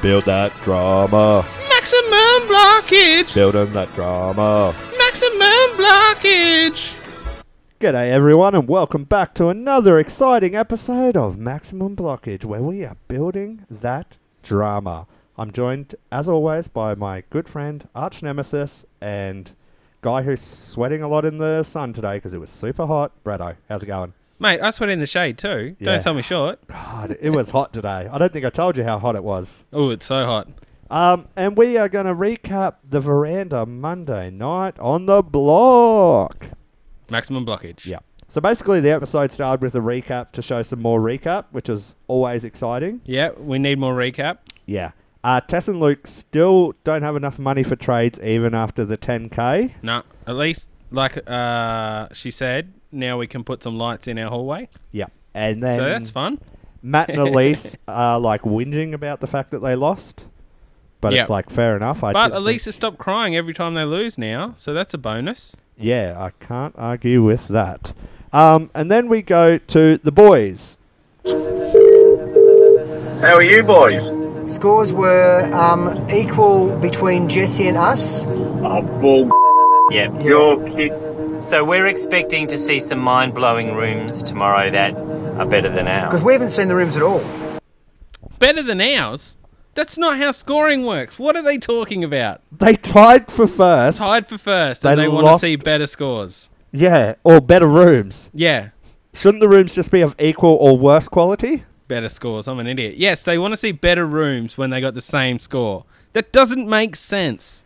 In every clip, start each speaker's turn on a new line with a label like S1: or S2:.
S1: Build that drama.
S2: Maximum blockage.
S1: Build on that drama.
S2: Maximum blockage.
S3: G'day everyone, and welcome back to another exciting episode of Maximum Blockage, where we are building that drama. I'm joined, as always, by my good friend, arch nemesis, and guy who's sweating a lot in the sun today because it was super hot. Bretto, how's it going?
S2: Mate, I sweat in the shade too.
S3: Yeah.
S2: Don't sell me short.
S3: God, it was hot today. I don't think I told you how hot it was.
S2: Oh, it's so hot.
S3: Um, and we are going to recap the veranda Monday night on the block.
S2: Maximum blockage.
S3: Yeah. So basically, the episode started with a recap to show some more recap, which is always exciting.
S2: Yeah, we need more recap.
S3: Yeah. Uh, Tess and Luke still don't have enough money for trades even after the 10K.
S2: Nah, at least like uh, she said, now we can put some lights in our hallway.
S3: Yeah. And
S2: So
S3: then
S2: that's fun.
S3: Matt and Elise are like whinging about the fact that they lost. But
S2: Yeah.
S3: it's like, fair enough. I
S2: But
S3: didn't
S2: at
S3: think-
S2: least it stopped crying every time they lose now, so that's a bonus.
S3: Yeah, I can't argue with that. Um, and then we go to the boys.
S4: How are you boys?
S5: Scores were um, equal between Jesse and us.
S4: Oh, bull.
S6: Yep.
S4: You're kidding.
S6: So we're expecting to see some mind blowing rooms tomorrow that are better than ours.
S5: Because we haven't seen the rooms at all.
S2: Better than ours. That's not how scoring works. What are they talking about?
S3: They tied for first.
S2: Tied for first, and
S3: They
S2: they, want
S3: lost-
S2: to see better scores.
S3: Yeah, or better rooms.
S2: Yeah,
S3: Shouldn't the rooms just be of equal or worse quality?
S2: better scores. I'm an idiot. Yes, they want to see better rooms when they got the same score. That doesn't make sense.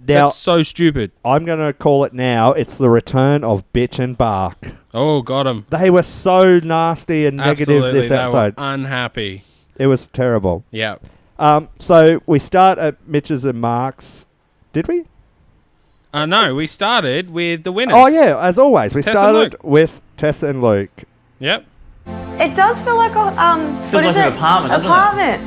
S3: Now,
S2: That's so stupid.
S3: I'm going to call it now. It's the return of Bitch and Bark.
S2: Oh, got him.
S3: They were so nasty and negative
S2: Absolutely,
S3: this
S2: they
S3: episode.
S2: were unhappy.
S3: It was terrible.
S2: Yeah.
S3: Um, so we start at Mitch's and Mark's. Did we?
S2: Uh, no, we started with the winners.
S3: Oh, yeah, as always. We
S2: Tess and
S3: started
S2: Luke.
S3: with Tess and Luke.
S2: Yep.
S7: It does feel like a um. what is it? Apartment.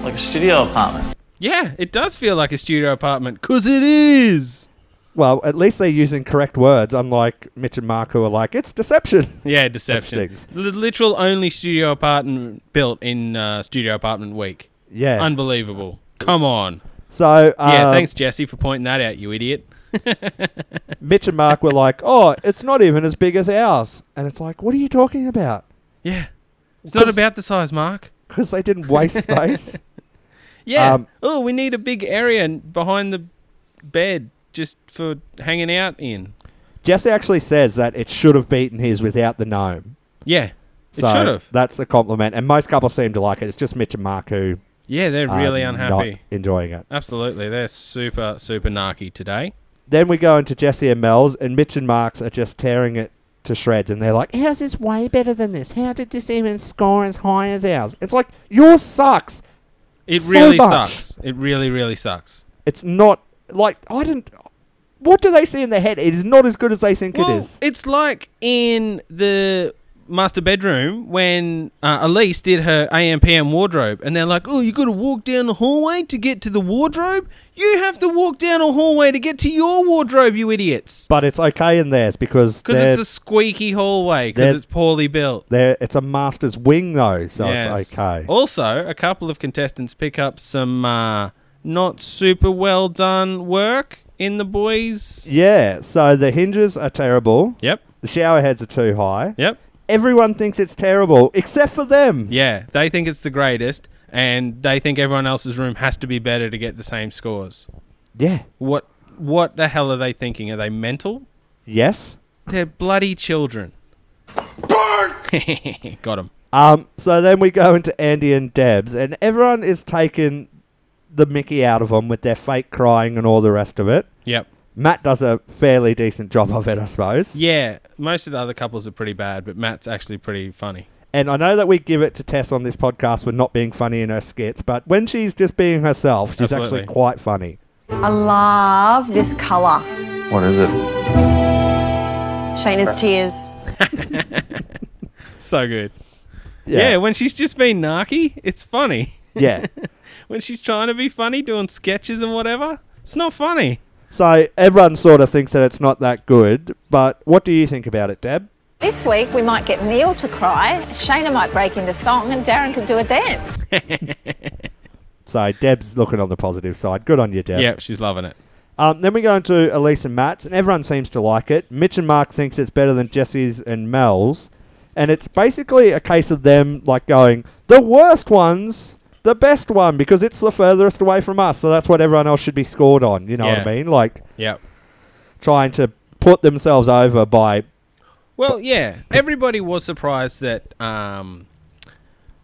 S8: Like a studio apartment.
S2: Yeah, it does feel like a studio apartment, because it is.
S3: Well, at least they're using correct words, unlike Mitch and Mark, who are like, it's deception.
S2: Yeah, deception.
S3: stinks.
S2: The literal only studio apartment built in uh, studio apartment week.
S3: Yeah.
S2: Unbelievable. Come on.
S3: so, um,
S2: Yeah, thanks, Jesse, for pointing that out, you idiot.
S3: Mitch and Mark were like, oh, it's not even as big as ours. And it's like, what are you talking about?
S2: Yeah. It's not
S3: 'Cause-
S2: about the size, Mark.
S3: Because they didn't waste space.
S2: Yeah.
S3: Um,
S2: oh, we need a big area n- behind the bed just for hanging out in.
S3: Jesse actually says that it should have beaten his without the gnome.
S2: Yeah. It
S3: So
S2: should have.
S3: That's a compliment, and most couples seem to like it. It's just Mitch and Mark who
S2: Yeah, they're
S3: are
S2: really
S3: not
S2: unhappy.
S3: enjoying it.
S2: Absolutely. They're super, super narky today.
S3: Then we go into Jesse and Mel's, and Mitch and Mark's are just tearing it to shreds, and they're like, "How's this way better than this? How did this even score as high as ours?" It's like yours sucks.
S2: It
S3: So
S2: really
S3: much.
S2: sucks. It really, really sucks.
S3: It's not like I didn't. What do they see in their head? It is not as good as they think it is.
S2: It's like in the master bedroom when uh, Elise did her AMPM wardrobe, and they're like, "Oh, you got to walk down the hallway to get to the wardrobe. You have to walk down a hallway to get to your wardrobe, you idiots."
S3: But it's okay in theirs because they're-
S2: Because it's a squeaky hallway because
S3: they're-
S2: it's poorly built.
S3: There, it's a master's wing though, so
S2: Yes.
S3: it's okay.
S2: Also, a couple of contestants pick up some uh, not super well done work in the boys.
S3: Yeah, so the hinges are terrible.
S2: Yep.
S3: The shower heads are too high.
S2: Yep.
S3: Everyone thinks it's terrible except for them.
S2: Yeah, they think it's the greatest, and they think everyone else's room has to be better to get the same scores.
S3: Yeah.
S2: What? What the hell are they thinking? Are they mental?
S3: Yes.
S2: They're bloody children. Burn! Got him.
S3: Um so then we go into Andy and Debs and everyone is taking the mickey out of them with their fake crying and all the rest of it.
S2: Yep.
S3: Matt does a fairly decent job of it, I suppose.
S2: Yeah, most of the other couples are pretty bad, but Matt's actually pretty funny.
S3: And I know that we give it to Tess on this podcast for not being funny in her skits, but when she's just being herself, she's
S2: Absolutely.
S3: actually quite funny.
S7: I love this color.
S8: What is it?
S7: Shayna's tears.
S2: So good. Yeah, when she's just being narky, it's funny.
S3: Yeah.
S2: When she's trying to be funny, doing sketches and whatever, it's not funny.
S3: So everyone sort of thinks that it's not that good, but what do you think about it, Deb?
S9: This week we might get Neil to cry, Shayna might break into song, and Darren could do a dance.
S3: So Deb's looking on the positive side. Good on you, Deb.
S2: Yeah, she's loving it.
S3: Um, then we go into Elise and Matt's, and everyone seems to like it. Mitch and Mark thinks it's better than Jesse's and Mel's, and it's basically a case of them like going the worst ones, the best one because it's the furthest away from us, so that's what everyone else should be scored on. You know what
S2: Yeah.
S3: I mean? Like
S2: Yeah.
S3: trying to put themselves over by
S2: Well, yeah. Everybody was surprised that um,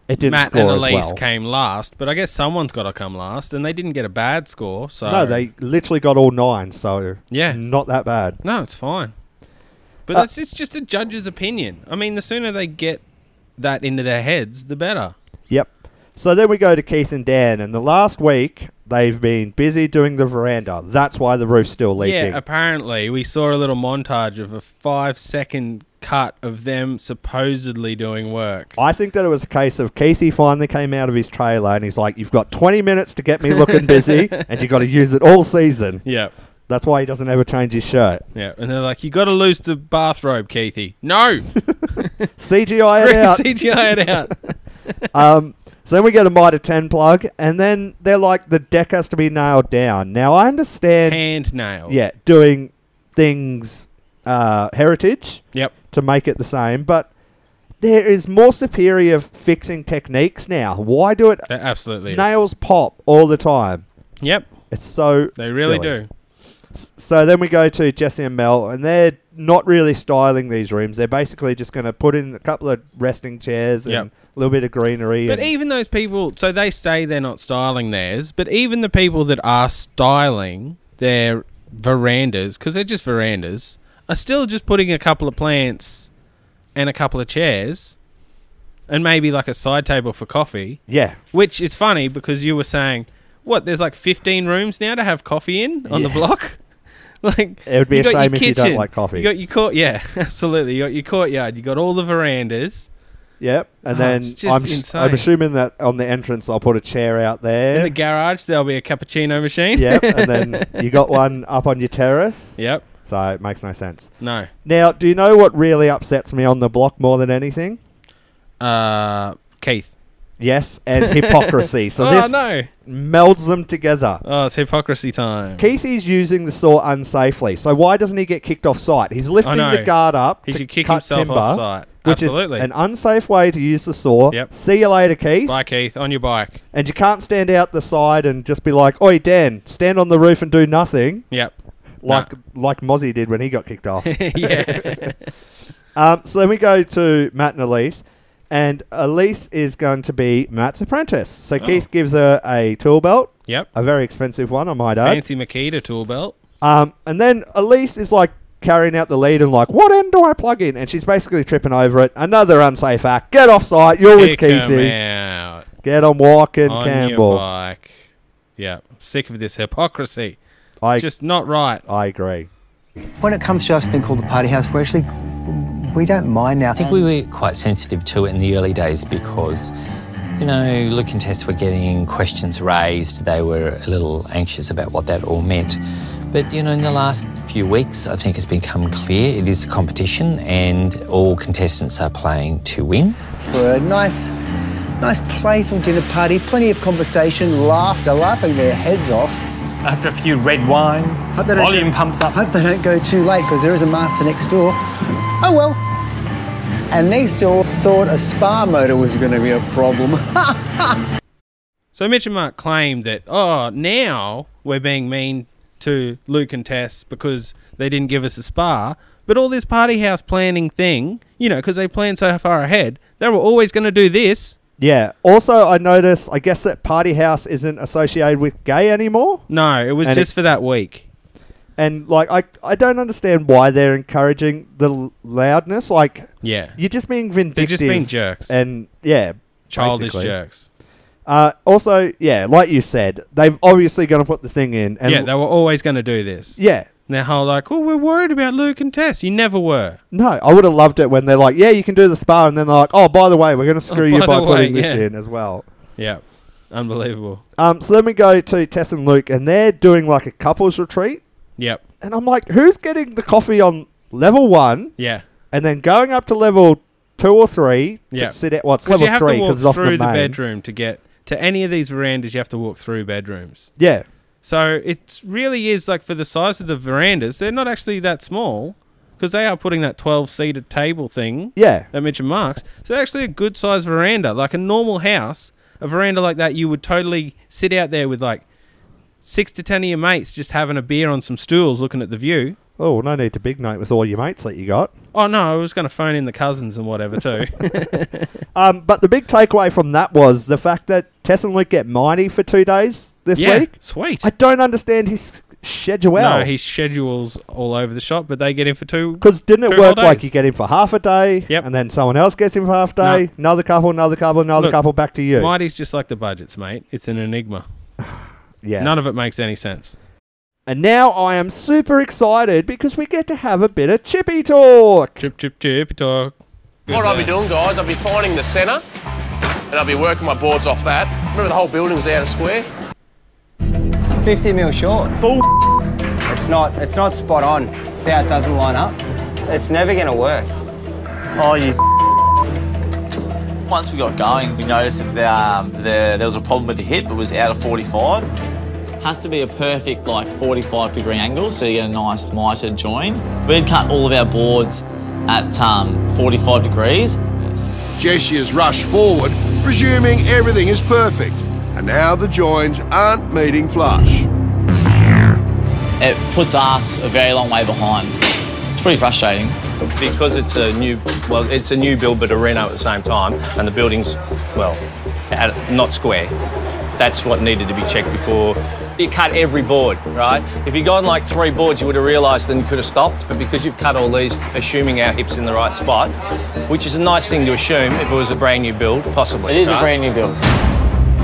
S3: it didn't
S2: Matt
S3: score
S2: and
S3: as
S2: Elise
S3: well.
S2: came last, but I guess someone's got to come last, and they didn't get a bad score. So
S3: No, they literally got all nine, so
S2: Yeah.
S3: it's not that bad.
S2: No, it's fine. But
S3: Uh,
S2: that's it's just a judge's opinion. I mean, the sooner they get that into their heads, the better.
S3: Yep. So then we go to Keith and Dan, and the last week they've been busy doing the veranda. That's why the roof's still leaking.
S2: Yeah, apparently we saw a little montage of a five second cut of them supposedly doing work.
S3: I think that it was a case of Keithy finally came out of his trailer and he's like, "You've got 20 minutes to get me looking busy, and you got to use it all season."
S2: Yeah,
S3: That's why he doesn't ever change his shirt.
S2: yeah. And they're like, you got to lose the bathrobe, Keithy. No,
S3: CGI it out.
S2: CGI it out.
S3: Um, so then we get a Mitre 10 plug, and then they're like, "The deck has to be nailed down." Now I understand,
S2: Hand nail.
S3: yeah, doing things uh, heritage.
S2: Yep.
S3: to make it the same, but there is more superior fixing techniques now. Why do it?
S2: That absolutely. Is.
S3: Nails pop all the time.
S2: Yep.
S3: It's so
S2: They really
S3: silly.
S2: do.
S3: So then we go to Jesse and Mel, and they're not really styling these rooms. They're basically just going to put in a couple of resting chairs and
S2: Yep.
S3: a little bit of greenery.
S2: But e-
S3: and-
S2: even those people, so they say they're not styling theirs, but even the people that are styling their verandas, because they're just verandas, are still just putting a couple of plants and a couple of chairs and maybe like a side table for coffee,
S3: yeah,
S2: which is funny because you were saying, what, there's like 15 rooms now to have coffee in on the
S3: Yeah.
S2: block? Like
S3: It would be
S2: you
S3: a
S2: got your
S3: shame if you don't
S2: kitchen,
S3: like coffee.
S2: You got your court, yeah, absolutely. You got your courtyard. You got all the verandas.
S3: yep. And
S2: Oh,
S3: then
S2: it's just
S3: I'm s- I'm
S2: insane.
S3: assuming that on the entrance I'll put a chair out
S2: In
S3: there.
S2: the garage, there'll be a cappuccino machine.
S3: yep. And then you got one up on your terrace.
S2: Yep.
S3: So it makes no sense.
S2: No.
S3: Now, do you know what really upsets me on the block more than anything?
S2: Uh, Keith.
S3: Yes, and hypocrisy. So
S2: oh
S3: this
S2: no!
S3: melds them together.
S2: Oh, it's hypocrisy time.
S3: Keith is using the saw unsafely. So why doesn't he get kicked off site? He's lifting
S2: know.
S3: the guard up.
S2: he
S3: to
S2: should kick
S3: cut
S2: himself
S3: timber,
S2: off site.
S3: Which
S2: Absolutely.
S3: is an unsafe way to use the saw.
S2: Yep.
S3: See you later, Keith.
S2: Bye, Keith. On your bike.
S3: And you can't stand out the side and just be like, "Oi, Dan, stand on the roof and do nothing,"
S2: Yep.
S3: like like Mozzie did when he got kicked off.
S2: yeah.
S3: Um, so then we go to Matt and Elise, and Elise is going to be Matt's apprentice. So
S2: Oh.
S3: Keith gives her a tool belt,
S2: yep.
S3: a very expensive one, I might add.
S2: Fancy Makita tool belt.
S3: Um, and then Elise is like carrying out the lead and like, what end do I plug in? And she's basically tripping over it. Another unsafe act. Get off site. You're with
S2: Kick 'em
S3: Keithy.
S2: out
S3: Get on walking,
S2: on your
S3: Campbell.
S2: bike. Yeah. I'm Sick of this hypocrisy.
S3: I
S2: It's just not right.
S3: I agree.
S5: When it comes to us being called the party house, we're actually, we don't mind now.
S10: I think we were quite sensitive to it in the early days because, you know, Luke and Tess were getting questions raised. They were a little anxious about what that all meant. But, you know, in the last few weeks, I think it's become clear it is a competition and all contestants are playing to win.
S5: for a nice, nice playful dinner party, plenty of conversation, laughter, laughing their heads off.
S6: After a few red wines,
S5: Hope they don't
S6: volume
S5: go-
S6: pumps up.
S5: Hope they don't go too late because there is a master next door. Oh well. And they still thought a spa motor was going to be a problem.
S2: So Mitch and Mark claimed that, oh, now we're being mean to Luke and Tess because they didn't give us a spa. But all this party house planning thing, you know, because they planned so far ahead, they were always going to do this.
S3: Yeah. Also, I noticed, I guess that Party House isn't associated with gay anymore.
S2: No, it was
S3: And
S2: just
S3: it-
S2: for that week.
S3: And like I, I don't understand why they're encouraging the l- loudness. Like
S2: Yeah.
S3: you're just being vindictive.
S2: They're just being jerks.
S3: And yeah,
S2: Childish
S3: basically.
S2: jerks.
S3: Uh, also, yeah, like you said, they've obviously going to put the thing in. And
S2: yeah, they were always going to do this.
S3: yeah.
S2: And their whole like, oh, we're worried about Luke and Tess. You never were.
S3: No, I would have loved it when they're like, "Yeah, you can do the spa," and then they're like, "Oh, by the way, we're going to screw
S2: Oh,
S3: you
S2: by
S3: by
S2: the
S3: putting
S2: way,
S3: this
S2: yeah.
S3: in as well."
S2: Yeah. Unbelievable.
S3: Um, so then we go to Tess and Luke, and they're doing like a couples retreat,
S2: Yep.
S3: and I'm like, "Who's getting the coffee on level one,
S2: Yeah.
S3: and then going up to level two or three
S2: Yeah.
S3: to sit at what's
S2: Because
S3: level
S2: you have
S3: three
S2: to walk
S3: because it's off
S2: through
S3: the
S2: the
S3: main?"
S2: bedroom to get to any of these verandas, you have to walk through bedrooms.
S3: Yeah.
S2: So it really is like for the size of the verandas, they're not actually that small because they are putting that 12 seated table thing
S3: Yeah.
S2: that Mitchell marks. So they're actually a good sized veranda, like a normal house. A veranda like that, you would totally sit out there with like six to 10 of your mates just having a beer on some stools looking at the view.
S3: Oh, no need to big night with all your mates that you got.
S2: Oh no, I was going to phone in the cousins and whatever too.
S3: Um, but the big takeaway from that was the fact that Tess and Luke get mighty for two days this
S2: yeah,
S3: week.
S2: sweet.
S3: I don't understand his schedule.
S2: no, he schedules all over the shop, but they get in for two.
S3: Because didn't
S2: Two
S3: it
S2: whole
S3: work like
S2: days.
S3: you get him for half a day,
S2: Yep.
S3: and then someone else gets him for half a day, another couple, another couple, another
S2: Look,
S3: couple, back to you.
S2: Mighty's just like the budgets, mate. It's an enigma.
S3: Yes.
S2: None of it makes any sense.
S3: And now I am super excited because we get to have a bit of chippy talk.
S2: Chip, chip, chip, talk.
S4: What I'll be doing, guys, I'll be finding the centre and I'll be working my boards off that. Remember, the whole building's out of square?
S5: It's 50 mil short. Bull. It's not. It's not spot on. See how it doesn't line up. It's never gonna work.
S8: Oh, you. Once we got going, we noticed that um, the, there was a problem with the hip. It was out of 45. Has to be a perfect like 45 degree angle, so you get a nice mitre join. We'd cut all of our boards at um, 45 degrees.
S11: Jessia's rushed forward, presuming everything is perfect. And now the joins aren't meeting flush.
S8: It puts us a very long way behind. It's pretty frustrating.
S12: because it's a new well it's a new build but a reno at the same time and the building's well at- not square that's what needed to be checked before you cut every board right if you'd gone like three boards you would have realized then you could have stopped but because you've cut all these assuming our hips in the right spot which is a nice thing to assume if it was a brand new build possibly
S8: It is a
S12: right?
S8: brand new build.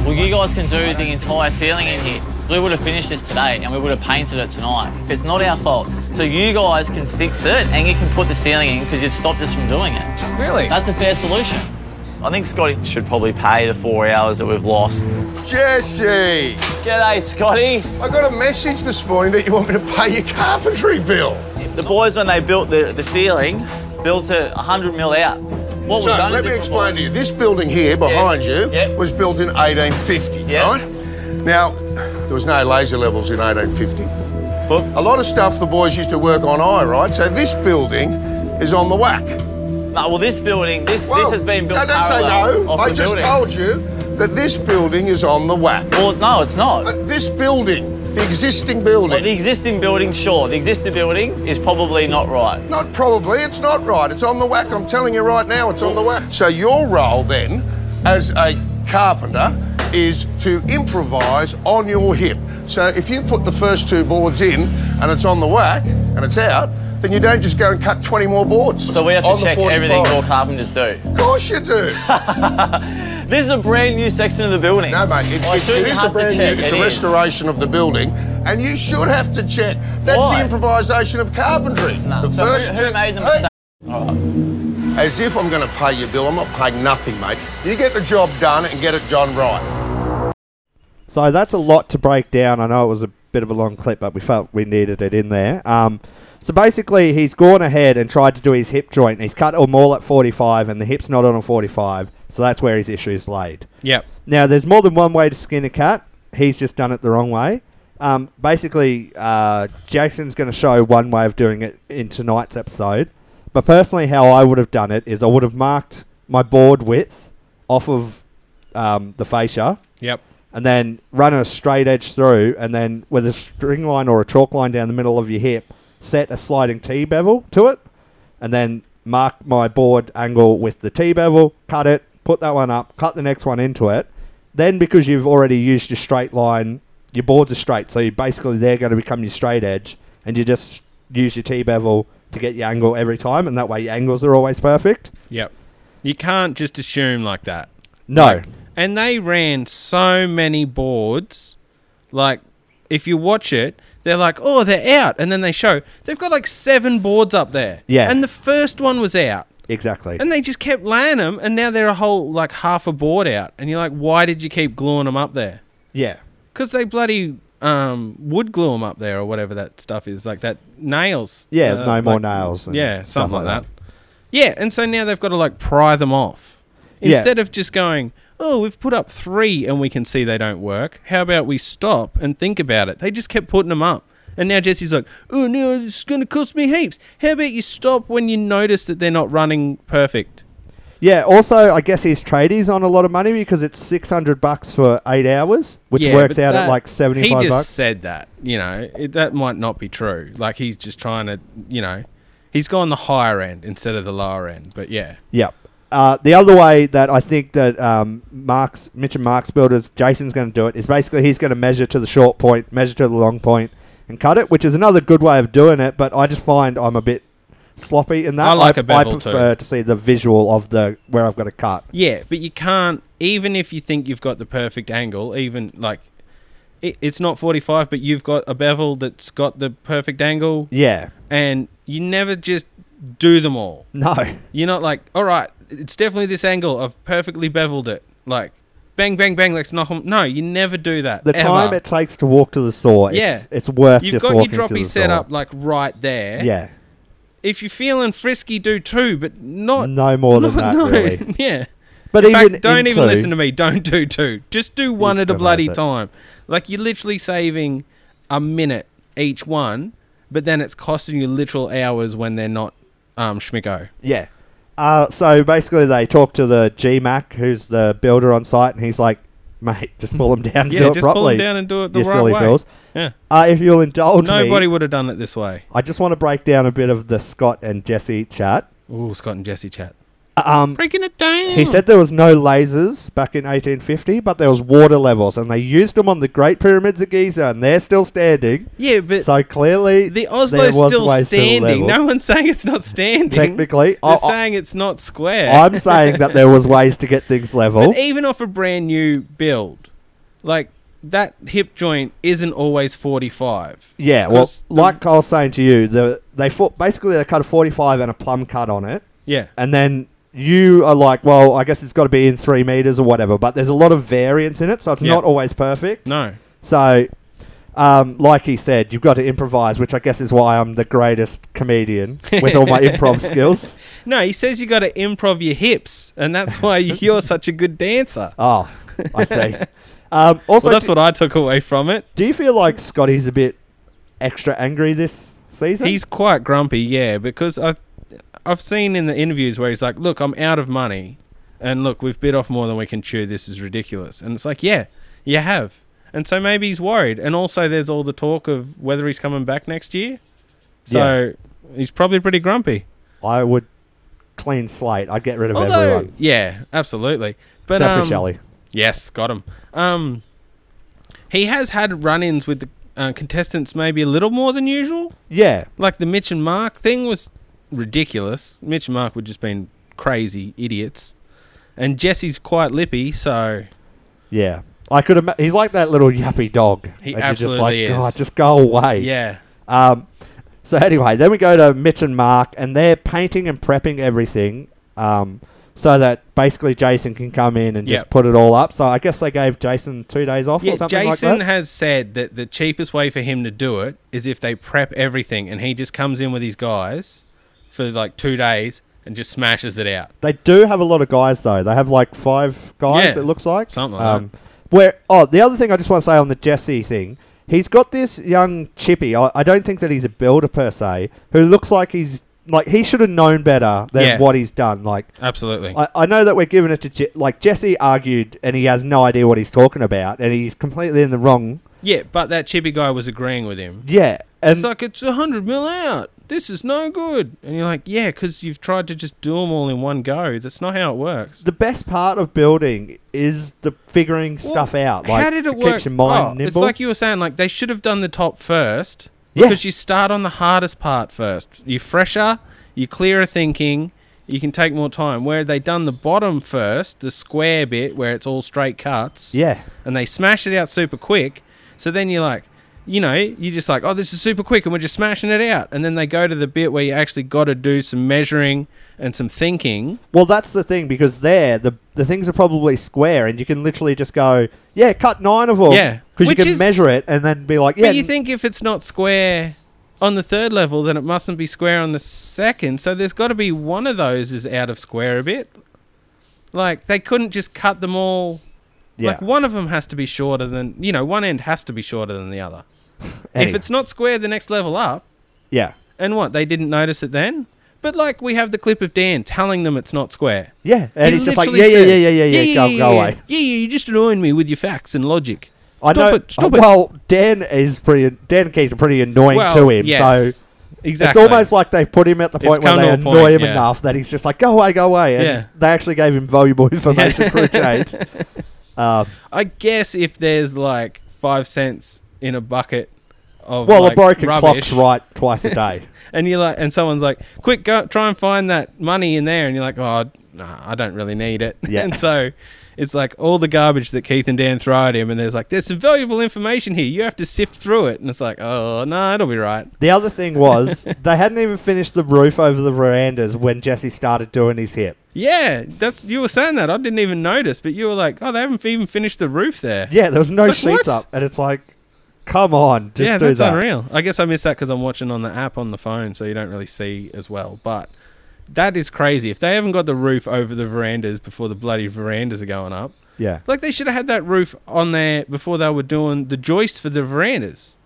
S8: Well, you guys can do the entire ceiling in here. We would have finished this today and we would have painted it tonight. It's not our fault. So you guys can fix it and you can put the ceiling in because you've stopped us from doing it.
S12: Really?
S8: That's a fair solution. I think Scotty should probably pay the four hours that we've lost.
S11: Jessie!
S8: G'day, Scotty.
S11: I got a message this morning that you want me to pay your carpentry bill.
S8: The boys, when they built the, the ceiling, built it 100 mil out. What
S11: so
S8: we've done
S11: let
S8: is
S11: me
S8: if-
S11: explain to you. This building here behind you
S8: Yeah.
S11: was built in 1850, right? Now, there was no laser levels in 1850.
S8: But
S11: a lot of stuff the boys used to work on eye, right? So this building is on the whack.
S8: No, well, this building, this,
S11: Well,
S8: this has been built
S11: no, don't say
S8: parallel
S11: no.
S8: off
S11: I
S8: the
S11: just
S8: building.
S11: told you that this building is on the whack.
S8: Well, no, it's not.
S11: But this building, the existing building.
S8: Well, the existing building, sure. The existing building is probably not right.
S11: Not probably, it's not right. It's on the whack. I'm telling you right now, it's on the whack. So, your role then, as a carpenter, is to improvise on your hip. So, if you put the first two boards in and it's on the whack and it's out, then you don't just go and cut 20 more boards.
S8: So we have
S11: on
S8: to
S11: the
S8: check everything
S11: 45.
S8: all carpenters do.
S11: Of course you do.
S8: This is a brand new section of the building.
S11: No, mate, it,
S8: I
S11: it's,
S8: shouldn't
S11: it is
S8: have to
S11: a brand new,
S8: check,
S11: it's
S8: it
S11: a
S8: is.
S11: restoration of the building, and you should have to check. That's
S8: Why?
S11: the improvisation of carpentry.
S8: No,
S11: The
S8: so who-
S11: first
S8: who
S11: two-
S8: made the
S11: Hey,
S8: mistake? Alright.
S11: As if I'm going to pay your bill. I'm not paying nothing, mate. You get the job done and get it done right.
S3: So that's a lot to break down. I know it was a bit of a long clip, but we felt we needed it in there. Um, so basically, he's gone ahead and tried to do his hip joint. He's cut them all at 45, and the hip's not on a 45. So that's where his issue is laid.
S2: Yep.
S3: Now, there's more than one way to skin a cat. He's just done it the wrong way. Um, basically, uh, Jackson's going to show one way of doing it in tonight's episode. But personally, how I would have done it is I would have marked my board width off of um, the fascia
S2: Yep.
S3: and then run a straight edge through, and then with a string line or a chalk line down the middle of your hip, set a sliding T bevel to it, and then mark my board angle with the T bevel, cut it, put that one up, cut the next one into it. Then, because you've already used your straight line, your boards are straight, so you basically they're going to become your straight edge, and you just use your T bevel to get your angle every time, and that way your angles are always perfect.
S2: Yep. You can't just assume like that.
S3: No,
S2: And they ran so many boards. Like, if you watch it, they're like, oh, they're out. And then they show they've got like seven boards up there.
S3: Yeah.
S2: And the first one was out.
S3: exactly.
S2: And they just kept laying them. And now they're a whole, like, half a board out. And you're like, why did you keep gluing them up there?
S3: yeah.
S2: Because they bloody um, wood glue them up there or whatever that stuff is, like that nails.
S3: Yeah,
S2: uh,
S3: no more
S2: like-
S3: nails. and
S2: Yeah,
S3: stuff
S2: something like that. Yeah, and so now they've got to like pry them off
S3: Yeah.
S2: instead of just going, oh, we've put up three and we can see they don't work. How about we stop and think about it? They just kept putting them up. And now Jesse's like, oh, no, it's going to cost me heaps. How about you stop when you notice that they're not running perfect?
S3: Yeah. Also, I guess his tradies on a lot of money because it's six hundred bucks for eight hours, which
S2: Yeah,
S3: works
S2: but
S3: out at
S2: that-
S3: like seventy
S2: He
S3: five
S2: just
S3: bucks.
S2: said that, you know, it, that might not be true. Like he's just trying to, you know, he's gone the higher end instead of the lower end. But yeah,
S3: Yep. Uh, the other way that I think that um, Mark's Mitchum Marks builders Jason's going to do it is basically he's going to measure to the short point, measure to the long point, and cut it, which is another good way of doing it. But I just find I'm a bit sloppy in that.
S2: I like a
S3: I
S2: bevel too.
S3: prefer to see the visual of the where I've got to cut.
S2: yeah, but you can't even if you think you've got the perfect angle, even like it, it's not forty five, but you've got a bevel that's got the perfect angle.
S3: Yeah.
S2: and you never just do them all.
S3: No.
S2: You're not like, all right, it's definitely this angle. I've perfectly beveled it. Like, bang, bang, bang. Let's knock 'em- No, you never do that.
S3: The
S2: ever.
S3: time it takes to walk to the saw, it's, it's worth
S2: You've
S3: just
S2: got
S3: walking
S2: your
S3: to the
S2: droppy
S3: saw.
S2: set up like right there.
S3: Yeah.
S2: If you're feeling frisky, do two, but not
S3: No more than that,
S2: not-
S3: really.
S2: yeah.
S3: But
S2: In
S3: even
S2: fact, don't
S3: in
S2: even
S3: two-
S2: listen to me. Don't do two. Just do one at a
S3: Just
S2: bloody
S3: revise it.
S2: time. Like you're literally saving a minute each one, but then it's costing you literal hours when they're not um, schmicko.
S3: Yeah. Uh, so basically, they talk to the GMAC, who's the builder on site, and he's like, "Mate, just pull them down and
S2: Yeah,
S3: do it
S2: just pull 'em
S3: properly.
S2: down and do it the
S3: you
S2: right
S3: silly
S2: way."
S3: fools.
S2: Yeah.
S3: Uh, if you'll indulge
S2: Nobody
S3: me,
S2: would have done it this way.
S3: I just want to break down a bit of the Scott and Jesse chat.
S2: Ooh, Scott and Jesse chat.
S3: Um,
S2: Breaking it down.
S3: He said there was no lasers back in 1850, but there was water levels, and they used them on the Great Pyramids of Giza, and they're still standing.
S2: Yeah, but
S3: so clearly
S2: The
S3: there
S2: Oslo's
S3: was
S2: still
S3: ways to
S2: standing.
S3: levels.
S2: No one's saying it's not standing.
S3: Technically,
S2: they're
S3: I- I-
S2: saying it's not square.
S3: I'm saying that there was ways to get things level.
S2: But even off a brand new build, like that hip joint isn't always 45.
S3: Yeah, well,
S2: 'Cause
S3: like I was saying to you, the they fought, basically they cut a forty-five and a plum cut on it.
S2: Yeah.
S3: and then you are like, well, I guess it's got to be in three meters or whatever. But there's a lot of variance in it, so it's
S2: Yeah.
S3: not always perfect.
S2: No.
S3: So, um, like he said, you've got to improvise, which I guess is why I'm the greatest comedian with all my improv skills.
S2: No, he says you got to improv your hips, and that's why you're such a good dancer.
S3: Oh, I see. Um, also,
S2: Well, that's
S3: do,
S2: what I took away from it.
S3: do you feel like Scotty's a bit extra angry this season?
S2: He's quite grumpy, yeah, because I've I've seen in the interviews where he's like, "Look, I'm out of money, and look, we've bit off more than we can chew. This is ridiculous." And it's like, yeah, you have, and so maybe he's worried. And also, there's all the talk of whether he's coming back next year, so he's probably pretty grumpy.
S3: I would clean slate. I'd get rid of
S2: Although-
S3: everyone.
S2: yeah, absolutely. But
S3: Except for
S2: um,
S3: Shelley.
S2: Yes, got him. Um, he has had run-ins with the uh, contestants, maybe a little more than usual.
S3: Yeah.
S2: Like the Mitch and Mark thing was ridiculous. Mitch and Mark were just being crazy idiots. And Jesse's quite lippy, so
S3: Yeah. I could imagine. He's like that little yappy dog.
S2: He
S3: And you're
S2: absolutely
S3: just like, God,
S2: is.
S3: just go away.
S2: Yeah.
S3: Um, so anyway, then we go to Mitch and Mark, and they're painting and prepping everything um, so that basically Jason can come in and just
S2: Yep.
S3: put it all up. So I guess they gave Jason two days off
S2: yeah,
S3: or something
S2: Jason
S3: like that.
S2: has said that the cheapest way for him to do it is if they prep everything and he just comes in with his guys for like two days and just smashes it out.
S3: They do have a lot of guys though. They have like five guys.
S2: Yeah,
S3: it looks like
S2: something like that.
S3: Where oh, the other thing I just want to say on the Jesse thing, he's got this young chippy. I, I don't think that he's a builder per se, who looks like he's like he should have known better than
S2: Yeah.
S3: what he's done. Like
S2: Absolutely.
S3: I, I know that we're giving it to Je- like Jesse argued, and he has no idea what he's talking about, and he's completely in the wrong.
S2: yeah, but that chippy guy was agreeing with him.
S3: Yeah, and
S2: it's like it's a hundred mil out. This is no good. And you're like, yeah, because you've tried to just do them all in one go. That's not how it works.
S3: the best part of building is the figuring stuff out. Like
S2: how did it, work?
S3: keeps your mind
S2: Oh,
S3: nimble.
S2: It's like you were saying, like they should have done the top first.
S3: Yeah.
S2: Because you start on the hardest part first. You're fresher, you're clearer thinking, you can take more time. Where they done the bottom first, the square bit where it's all straight cuts.
S3: Yeah.
S2: And they smash it out super quick. So then you're like, you know, you're just like, oh, this is super quick and we're just smashing it out. And then they go to the bit where you actually got to do some measuring and some thinking.
S3: Well, that's the thing because there the the things are probably square, and you can literally just go, yeah, cut nine of them.
S2: Yeah.
S3: because you
S2: Which
S3: can
S2: is-
S3: measure it and then be like, yeah,
S2: but you think if it's not square on the third level, then it mustn't be square on the second. So there's got to be one of those is out of square a bit. Like they couldn't just cut them all. Like
S3: Yeah.
S2: one of them has to be shorter than you know one end has to be shorter than the other. If
S3: Anyway.
S2: it's not square, the next level up.
S3: Yeah.
S2: And what they didn't notice it then. But like we have the clip of Dan telling them it's not square.
S3: Yeah, and
S2: He
S3: he's just like,
S2: literally
S3: "Yeah, yeah,
S2: says,
S3: yeah, yeah, yeah, yeah, go- go
S2: yeah,
S3: away."
S2: Yeah, yeah, you just annoying me with your facts and logic.
S3: I
S2: Stop
S3: know.
S2: it! Stop it!
S3: well, Dan is pretty. Dan keeps pretty annoying
S2: Well,
S3: to him.
S2: yes,
S3: so
S2: exactly.
S3: It's almost like they put him at the
S2: It's
S3: point where
S2: come
S3: they
S2: to a
S3: annoy
S2: point,
S3: him
S2: yeah.
S3: enough that he's just like, "Go away, go away." And
S2: Yeah.
S3: They actually gave him valuable information for a change. Um,
S2: I guess if there's like five cents in a bucket of
S3: well,
S2: like,
S3: a broken
S2: rubbish,
S3: clock's right twice a day.
S2: and you're like, and someone's like, quick, go try and find that money in there, and you're like, oh, nah, I don't really need it.
S3: Yeah.
S2: and so it's like all the garbage that Keith and Dan throw at him, and there's like, there's some valuable information here. You have to sift through it, and it's like, oh, no, it'll be right.
S3: The other thing was they hadn't even finished the roof over the verandas when Jesse started doing his hip.
S2: Yeah, that's you were saying that. I didn't even notice, but you were like, oh, they haven't even finished the roof there.
S3: Yeah, there was no
S2: It's like,
S3: sheets
S2: what?
S3: up, and it's like, come on, just
S2: yeah,
S3: do
S2: that's
S3: that.
S2: unreal. I guess I missed that because I'm watching on the app on the phone, so you don't really see as well. But that is crazy. If they haven't got the roof over the verandas before the bloody verandas are going up,
S3: Yeah.
S2: like they should have had that roof on there before they were doing the joists for the verandas.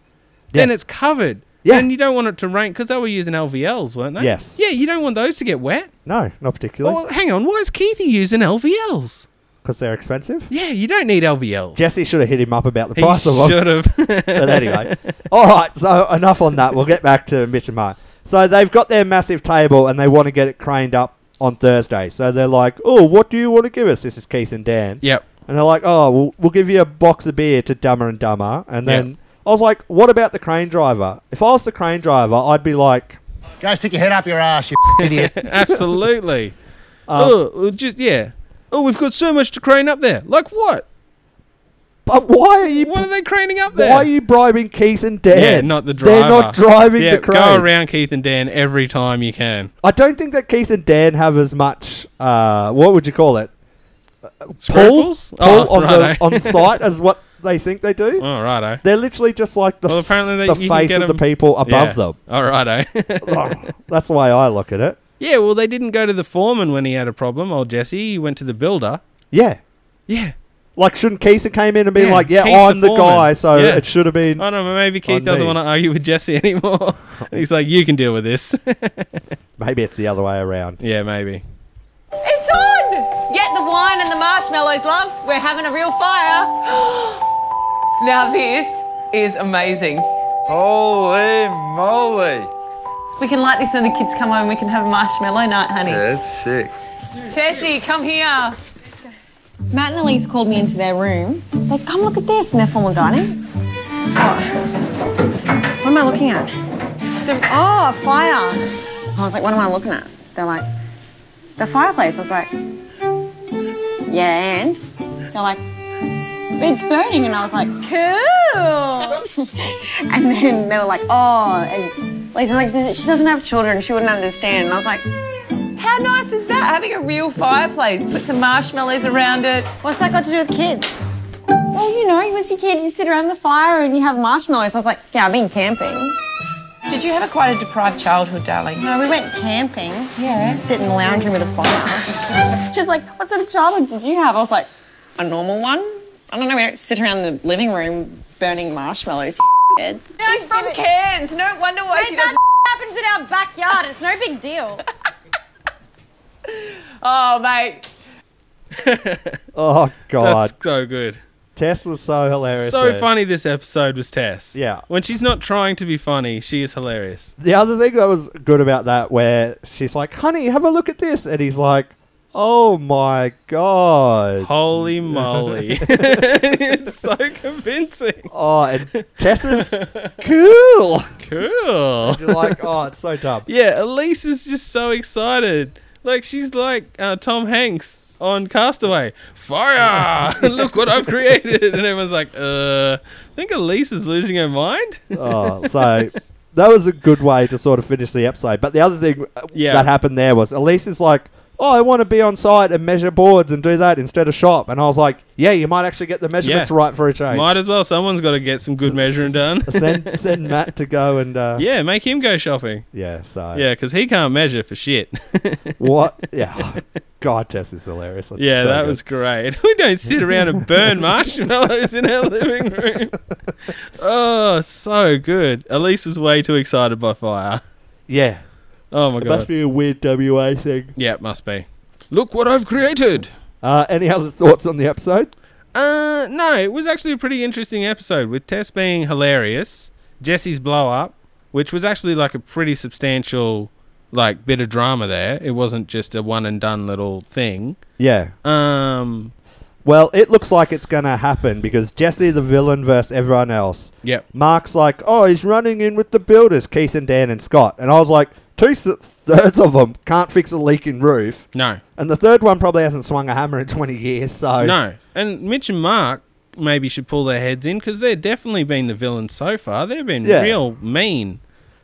S2: Then
S3: Yeah.
S2: it's covered.
S3: Yeah.
S2: And you don't want it to rain because they were using LVLs, weren't they?
S3: Yes.
S2: Yeah, you don't want those to get wet.
S3: No, not particularly.
S2: Well, hang on. Why is Keithy using LVLs?
S3: Because they're expensive.
S2: Yeah, you don't need LVLs.
S3: Jesse should have hit him up about the
S2: He
S3: price of them.
S2: should have.
S3: but anyway, all right. So enough on that. We'll get back to Mitch and Mark. So they've got their massive table and they want to get it craned up on Thursday. So they're like, "Oh, what do you want to give us?" This is Keith and Dan.
S2: Yep.
S3: And they're like, "Oh, we'll, we'll give you a box of beer to Dumber and Dumber." And then
S13: Yep.
S3: I was like, "What about the crane driver?" If I was the crane driver, I'd be like,
S13: Go stick your head up your ass, you idiot.
S2: Absolutely.
S3: Um,
S2: oh, oh, just yeah. Oh, we've got so much to crane up there. Like what?
S3: "But why are you?
S2: What are they craning up there?
S3: Why are you bribing Keith and Dan?
S2: Yeah, not the driver.
S3: They're not driving
S2: yeah,
S3: the crane."
S2: Go around Keith and Dan every time you can.
S3: I don't think that Keith and Dan have as much. Uh, what would you call it? Uh, Pull, pull
S2: Scruples? Oh,
S3: on the
S2: righto.
S3: on site as what they think they do.
S2: All righto.
S3: They're literally just like the
S2: well,
S3: f-
S2: apparently they,
S3: the
S2: you can
S3: face
S2: get
S3: of the
S2: 'em-
S3: people above
S2: yeah.
S3: them.
S2: All righto.
S3: That's the way I look at it.
S2: yeah. Well, they didn't go to the foreman when he had a problem. Old Jesse, he went to the builder.
S3: Yeah.
S2: Yeah.
S3: Like shouldn't Keith have came in and been like, "Yeah,
S2: Keith
S3: I'm the,
S2: foreman.
S3: guy," so
S2: Yeah.
S3: it should have been.
S2: I don't know. Maybe Keith
S3: on
S2: doesn't
S3: me.
S2: want to argue with Jesse anymore. And he's like, you can deal with this.
S3: Maybe it's the other way around.
S2: yeah, maybe.
S14: It's on! Get the wine and the marshmallows, love. We're having a real fire. now this is amazing. Holy moly. We can light this when the kids come home. We can have a marshmallow night, honey.
S15: That's sick.
S14: Tessie, come here. Matt and Elise called me into their room. They come look at this, and they're formal dining. Oh. What am I looking at? The, oh, a fire. I was like, what am I looking at? They're like, the fireplace. I was like, yeah, and? They're like, it's burning. And I was like, cool. and then they were like, oh, and Lisa was like, she doesn't have children. She wouldn't understand. And I was like, how nice is that? Having a real fireplace, put some marshmallows around it. What's that got to do with kids? Well, you know, once you're kids, you sit around the fire and you have marshmallows. I was like, yeah, I've been camping. Did you have a quite a deprived childhood, darling? No, we went camping. Yeah. Sit in the lounge room with a fire. She's like, what sort of childhood did you have? I was like, a normal one. I don't know. We don't sit around the living room burning marshmallows. Ed.
S16: She's from Cairns. No wonder why she doesn't.
S14: happens in our backyard. It's no big deal.
S16: Oh, mate.
S3: Oh God,
S2: That's so good.
S3: Tess was so hilarious.
S2: So
S3: there.
S2: funny this episode was Tess.
S3: Yeah.
S2: When she's not trying to be funny, she is hilarious.
S3: The other thing that was good about that, where she's like, "Honey, have a look at this," and he's like, "Oh my god!"
S2: Holy moly. it's so convincing.
S3: Oh, and Tessa's cool.
S2: Cool.
S3: You're like, oh, it's so dumb.
S2: Yeah, Elise is just so excited. Like, she's like uh, Tom Hanks on Castaway. Fire! Look what I've created. And everyone's like, uh, I think Elise is losing her mind.
S3: Oh, so that was a good way to sort of finish the episode. But the other thing uh,
S2: Yeah.
S3: that happened there was Elise is like, "Oh, I want to be on site and measure boards and do that instead of shop." And I was like, "Yeah, you might actually get the measurements
S2: Yeah.
S3: right for a change."
S2: Might as well. Someone's got to get some good measuring done.
S3: send send Matt to go and uh,
S2: yeah, make him go shopping.
S3: yeah. So
S2: Yeah, because he can't measure for shit.
S3: what? Yeah. God, Tess is hilarious. That's
S2: yeah,
S3: so
S2: that
S3: good.
S2: was great. We don't sit around and burn marshmallows in our living room. Oh, so good. Elise was way too excited by fire.
S3: Yeah.
S2: Oh my god.
S3: be a weird WA thing.
S2: yeah, it must be. Look what I've created.
S3: Uh, any other thoughts on the episode?
S2: Uh, no, it was actually a pretty interesting episode with Tess being hilarious, Jesse's blow up, which was actually like a pretty substantial, like bit of drama there. It wasn't just a one and done little thing.
S3: Yeah.
S2: Um.
S3: Well, it looks like it's gonna happen because Jesse the villain versus everyone else.
S2: Yep.
S3: Mark's like, oh, he's running in with the builders, Keith and Dan and Scott, and I was like, two th- thirds of them can't fix a leaking roof,
S2: No.
S3: and the third one probably hasn't swung a hammer in twenty years. So
S2: No. And Mitch and Mark maybe should pull their heads in because they've definitely been the villains so far. They've been
S3: Yeah.
S2: real mean.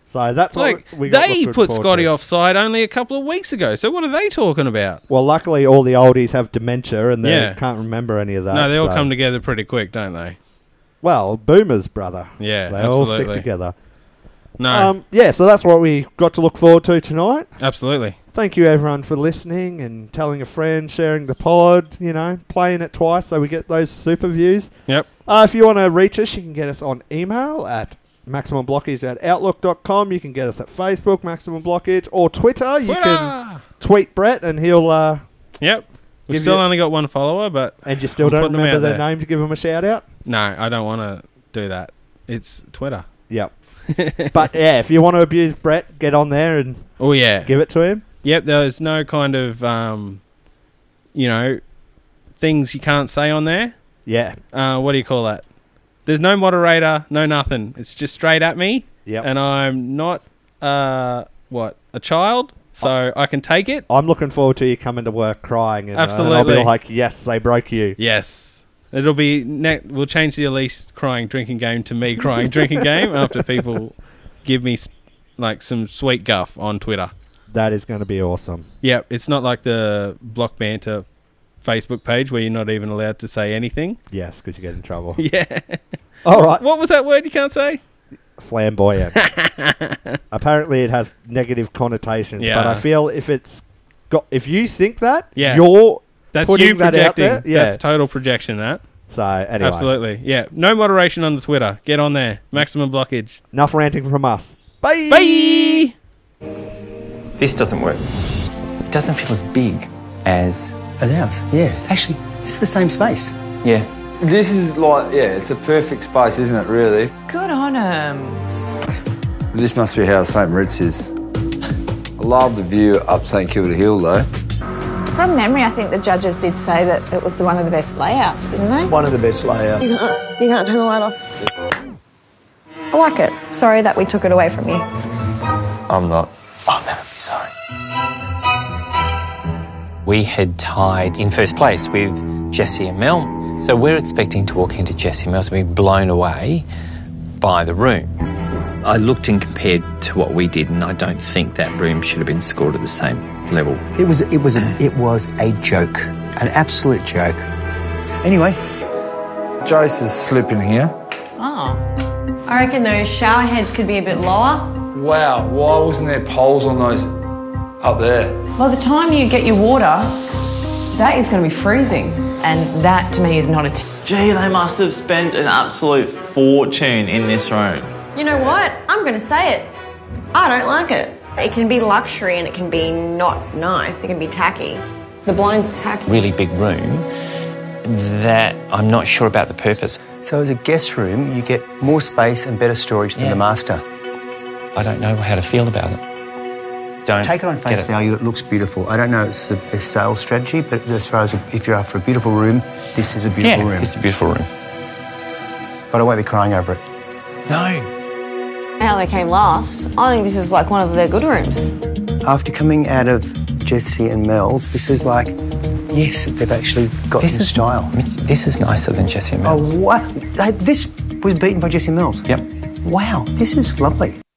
S3: So that's what
S2: like
S3: we got
S2: they
S3: looking
S2: put
S3: forward
S2: Scotty
S3: to.
S2: offside only a couple of weeks ago. So what are they talking about?
S3: Well, luckily all the oldies have dementia and they
S2: Yeah.
S3: can't remember any of that.
S2: no, they all
S3: so-
S2: come together pretty quick, don't they?
S3: Well, boomers, brother.
S2: Yeah,
S3: they all stick
S2: absolutely.
S3: together.
S2: No,
S3: Um, yeah, so that's what we got to look forward to tonight.
S2: absolutely.
S3: Thank you, everyone, for listening and telling a friend, sharing the pod, you know, playing it twice so we get those super views.
S2: Yep.
S3: Uh, if you want to reach us, you can get us on email at maximumblockage at outlook.com. You can get us at Facebook, Maximum Blockage, or Twitter. You can tweet Brett and he'll. Uh,
S2: Yep. We've
S3: Give
S2: still
S3: you-
S2: only got one follower, but
S3: and you still
S2: I'm
S3: don't
S2: putting them
S3: remember
S2: out
S3: their
S2: there.
S3: name to give them a shout out?
S2: No, I don't want to do that. It's Twitter.
S3: Yep. but yeah, if you want to abuse Brett, get on there and
S2: Oh yeah.
S3: give it to him.
S2: Yep. There's no kind of, um, you know, things you can't say on there.
S3: Yeah.
S2: Uh, what do you call that? There's no moderator, no nothing. It's just straight at me.
S3: Yep.
S2: And I'm not, uh, what a child, so I can take it.
S3: I'm looking forward to you coming to work crying. And, uh, and I'll
S2: Absolutely.
S3: be like, yes, they broke you.
S2: Yes. It'll be ne- we'll change the Elise crying drinking game to me crying drinking game after people give me s- like some sweet guff on Twitter.
S3: That is going to be awesome.
S2: Yeah, it's not like the block banter Facebook page where you're not even allowed to say anything.
S3: Yes, because you get in trouble.
S2: Yeah.
S3: All right.
S2: What was that word you can't say?
S3: Flamboyant. Apparently, it has negative connotations, but I
S2: Yeah.
S3: feel if it's got, if you think that,
S2: Yeah.
S3: you're
S2: That's
S3: putting
S2: you
S3: that out
S2: projecting.
S3: there. Yeah.
S2: That's total projection that.
S3: so anyway,
S2: Absolutely. Yeah. No moderation on the Twitter. Get on there. Maximum blockage.
S3: enough ranting from us. Bye.
S2: Bye.
S6: This doesn't work. It doesn't feel as big as.
S5: An house, yeah. Actually, it's the same space.
S6: Yeah.
S15: This is like, yeah, it's a perfect space, isn't it, really?
S16: Good on him.
S15: This must be how St. Moritz is. I love the view up St. Kilda Hill, though.
S9: From memory, I think the judges did say that it was one of the best layouts, didn't they?
S5: One of the best layouts.
S14: You can't, you can't turn the light off. I like it. Sorry that we took it away from you.
S15: I'm not.
S6: I'm never sorry.
S10: We had tied in first place with Jesse and Mel, so we're expecting to walk into Jesse and Mel to be blown away by the room. I looked and compared to what we did, and I don't think that room should have been scored at the same level.
S5: It was it was a, it was a joke, an absolute joke. Anyway,
S15: Jace is slipping here.
S14: Oh. I reckon those shower heads could be a bit lower.
S15: Wow, why wasn't there poles on those up there?
S7: By the time you get your water, that is going to be freezing. And that to me is not a. T-
S8: Gee, they must have spent an absolute fortune in this room.
S14: You know what? I'm going to say it. I don't like it. It can be luxury and it can be not nice. It can be tacky. The blind's tacky.
S10: Really big room that I'm not sure about the purpose.
S5: so as a guest room, you get more space and better storage than the master.
S10: I don't know how to feel about it. Don't
S5: Take it on
S10: get
S5: face value. It looks beautiful. I don't know it's the best sales strategy, but as far as if you're after a beautiful room, this is a beautiful
S10: yeah,
S5: room.
S10: It's a beautiful room.
S5: But I won't be crying over it.
S10: No.
S14: How they came last, I think this is like one of their good rooms.
S5: After coming out of Jesse and Mel's, this is like, yes, they've actually got some style.
S10: This is nicer than Jesse and Mel.
S5: Oh, what? Hey, This was beaten by Jesse and Mel's.
S10: Yep.
S5: Wow, this is lovely.